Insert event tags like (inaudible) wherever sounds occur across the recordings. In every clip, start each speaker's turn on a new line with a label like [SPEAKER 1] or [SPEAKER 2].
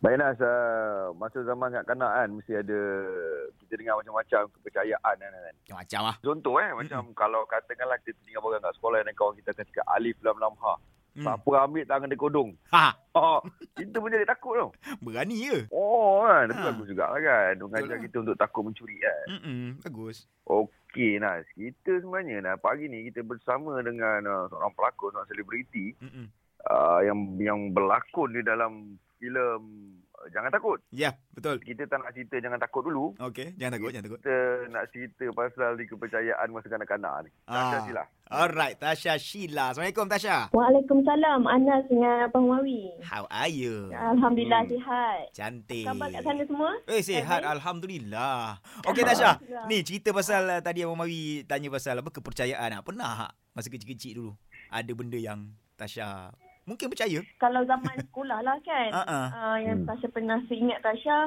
[SPEAKER 1] Baik Nas, uh, masa zaman kat kanak kan mesti ada kita dengar macam-macam kepercayaan kan. kan.
[SPEAKER 2] Macam-macam lah.
[SPEAKER 1] Contoh eh macam kalau katakanlah kita tinggal barang kat sekolah dan kawan kita akan cakap alif lam lam ha.
[SPEAKER 2] Hmm.
[SPEAKER 1] Siapa ambil tangan dia kodong.
[SPEAKER 2] Ha,
[SPEAKER 1] Ha, (laughs) kita pun jadi takut tau.
[SPEAKER 2] berani je.
[SPEAKER 1] Oh kan, itu
[SPEAKER 2] Ha.
[SPEAKER 1] bagus juga lah kan. Mengajar
[SPEAKER 2] lah.
[SPEAKER 1] kita untuk takut mencuri kan.
[SPEAKER 2] Mm-mm, bagus.
[SPEAKER 1] Okey Nas, kita sebenarnya Nas, pagi ni kita bersama dengan uh, seorang pelakon, seorang selebriti
[SPEAKER 2] Mm-mm.
[SPEAKER 1] uh, yang yang berlakon di dalam filem uh, Jangan Takut.
[SPEAKER 2] Ya, yeah, betul.
[SPEAKER 1] Kita tak nak cerita Jangan Takut dulu.
[SPEAKER 2] Okey, jangan takut, jangan takut.
[SPEAKER 1] kita nak cerita pasal ni kepercayaan masa kanak-kanak ni.
[SPEAKER 2] Ah.
[SPEAKER 1] Ah. Sila.
[SPEAKER 2] Alright, Tasha Sheila. Assalamualaikum, Tasha.
[SPEAKER 3] Waalaikumsalam Anas dengan Abang Mawi.
[SPEAKER 2] How are you?
[SPEAKER 3] Alhamdulillah
[SPEAKER 1] Hmm.
[SPEAKER 3] hmm. sihat.
[SPEAKER 2] Cantik.
[SPEAKER 3] Khabar kat sana semua?
[SPEAKER 2] Eh, sihat.
[SPEAKER 3] Eh, baik.
[SPEAKER 2] Alhamdulillah. Okey, Tasha.
[SPEAKER 3] Alhamdulillah.
[SPEAKER 2] Ni cerita pasal uh, tadi Abang Mari tanya pasal apa kepercayaan. Ah, Pernah tak masa kecil-kecil dulu ada benda yang Tasha mungkin percaya?
[SPEAKER 3] Kalau zaman sekolah lah kan.
[SPEAKER 2] Ha ah.
[SPEAKER 3] Uh, yang
[SPEAKER 1] Hmm.
[SPEAKER 3] Tasha pernah seingat Tasha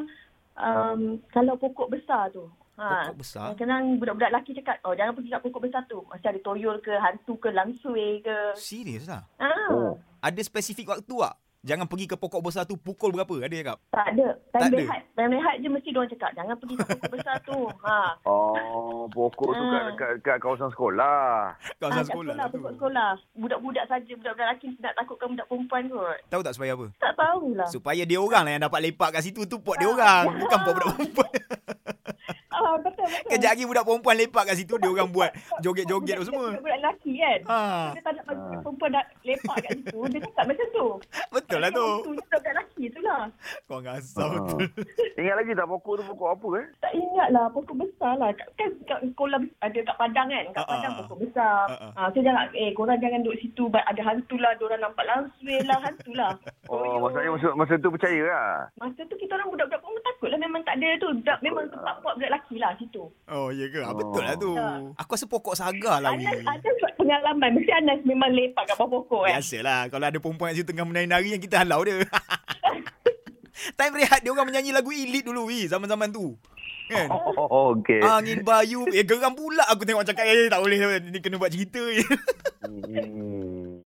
[SPEAKER 3] um, kalau pokok besar tu. Ha.
[SPEAKER 2] Pokok besar.
[SPEAKER 3] Kadang-kadang budak-budak lelaki cakap, oh jangan pergi kat pokok besar tu. Mesti ada toyol ke, hantu ke, langsui ke.
[SPEAKER 2] Serius lah.
[SPEAKER 3] Ha.
[SPEAKER 1] Oh.
[SPEAKER 3] Oh.
[SPEAKER 2] Ada spesifik waktu tak? Jangan pergi ke pokok besar tu pukul berapa? Ada cakap?
[SPEAKER 3] Tak ada.
[SPEAKER 2] Tak
[SPEAKER 3] Time
[SPEAKER 2] ada.
[SPEAKER 3] rehat. Time rehat je mesti diorang cakap, jangan pergi kat pokok besar tu. Ha.
[SPEAKER 1] Oh, pokok tu kat,
[SPEAKER 3] Ah.
[SPEAKER 1] kat, kat kawasan sekolah.
[SPEAKER 2] Kau
[SPEAKER 3] Ah,
[SPEAKER 2] ha,
[SPEAKER 3] kat
[SPEAKER 2] sekolah,
[SPEAKER 3] sekolah,
[SPEAKER 2] tu.
[SPEAKER 3] pokok sekolah. Budak-budak saja, budak-budak lelaki nak takutkan budak perempuan kot.
[SPEAKER 2] Tahu tak supaya apa?
[SPEAKER 3] Tak tahulah.
[SPEAKER 2] Supaya dia orang lah yang dapat lepak kat situ tu pot dia orang. Bukan pot
[SPEAKER 3] (laughs)
[SPEAKER 2] budak perempuan.
[SPEAKER 3] Ah, betul, betul.
[SPEAKER 2] Kejap lagi budak perempuan lepak kat situ dia orang buat joget-joget apa semua.
[SPEAKER 3] Budak lelaki kan.
[SPEAKER 2] Ha,
[SPEAKER 3] Dia tak nak bagi
[SPEAKER 1] Ah.
[SPEAKER 3] perempuan dah lepak kat situ. Dia cakap macam tu.
[SPEAKER 2] betul lah tu.
[SPEAKER 3] Itu budak lelaki tu lah.
[SPEAKER 2] Kau ngasal
[SPEAKER 1] Ah.
[SPEAKER 2] betul.
[SPEAKER 1] Ingat lagi tak pokok tu pokok apa eh?
[SPEAKER 3] Tak ingat lah. Pokok besar lah. Kat- Kan kat sekolah ada kat Padang kan. Kat
[SPEAKER 2] Ah,
[SPEAKER 3] Padang
[SPEAKER 2] ah,
[SPEAKER 3] pokok besar.
[SPEAKER 2] Ah, ah.
[SPEAKER 3] Ah, so jangan, eh korang jangan duduk situ. Ba- Ada hantu lah. Diorang nampak langsui lah. Hantu lah.
[SPEAKER 1] (laughs) Oh,
[SPEAKER 3] Koyok.
[SPEAKER 1] maksudnya masa, masa tu percaya lah.
[SPEAKER 3] Masa tu kita orang budak-budak pun takut lah. Memang tak ada tu. Budak, memang tempat buat budak lelaki lah situ.
[SPEAKER 2] Oh, ya ke? Ah,
[SPEAKER 1] Oh.
[SPEAKER 2] Betul lah tu.
[SPEAKER 3] Ya.
[SPEAKER 2] Aku rasa pokok saga lah.
[SPEAKER 3] Anas,
[SPEAKER 2] weh.
[SPEAKER 3] Anas buat pengalaman. Mesti Anas memang lepak kat bawah pokok
[SPEAKER 2] Ya,
[SPEAKER 3] kan.
[SPEAKER 2] Biasalah kalau ada perempuan kat situ tengah menari-nari yang kita halau dia. (laughs) Time rehat dia orang menyanyi lagu Elite dulu weh zaman-zaman tu. Kan?
[SPEAKER 1] Oh, okey.
[SPEAKER 2] Angin Eh, bayu Eh geram pula aku tengok cakap Eh tak boleh Ni kena buat cerita je
[SPEAKER 1] Hmm.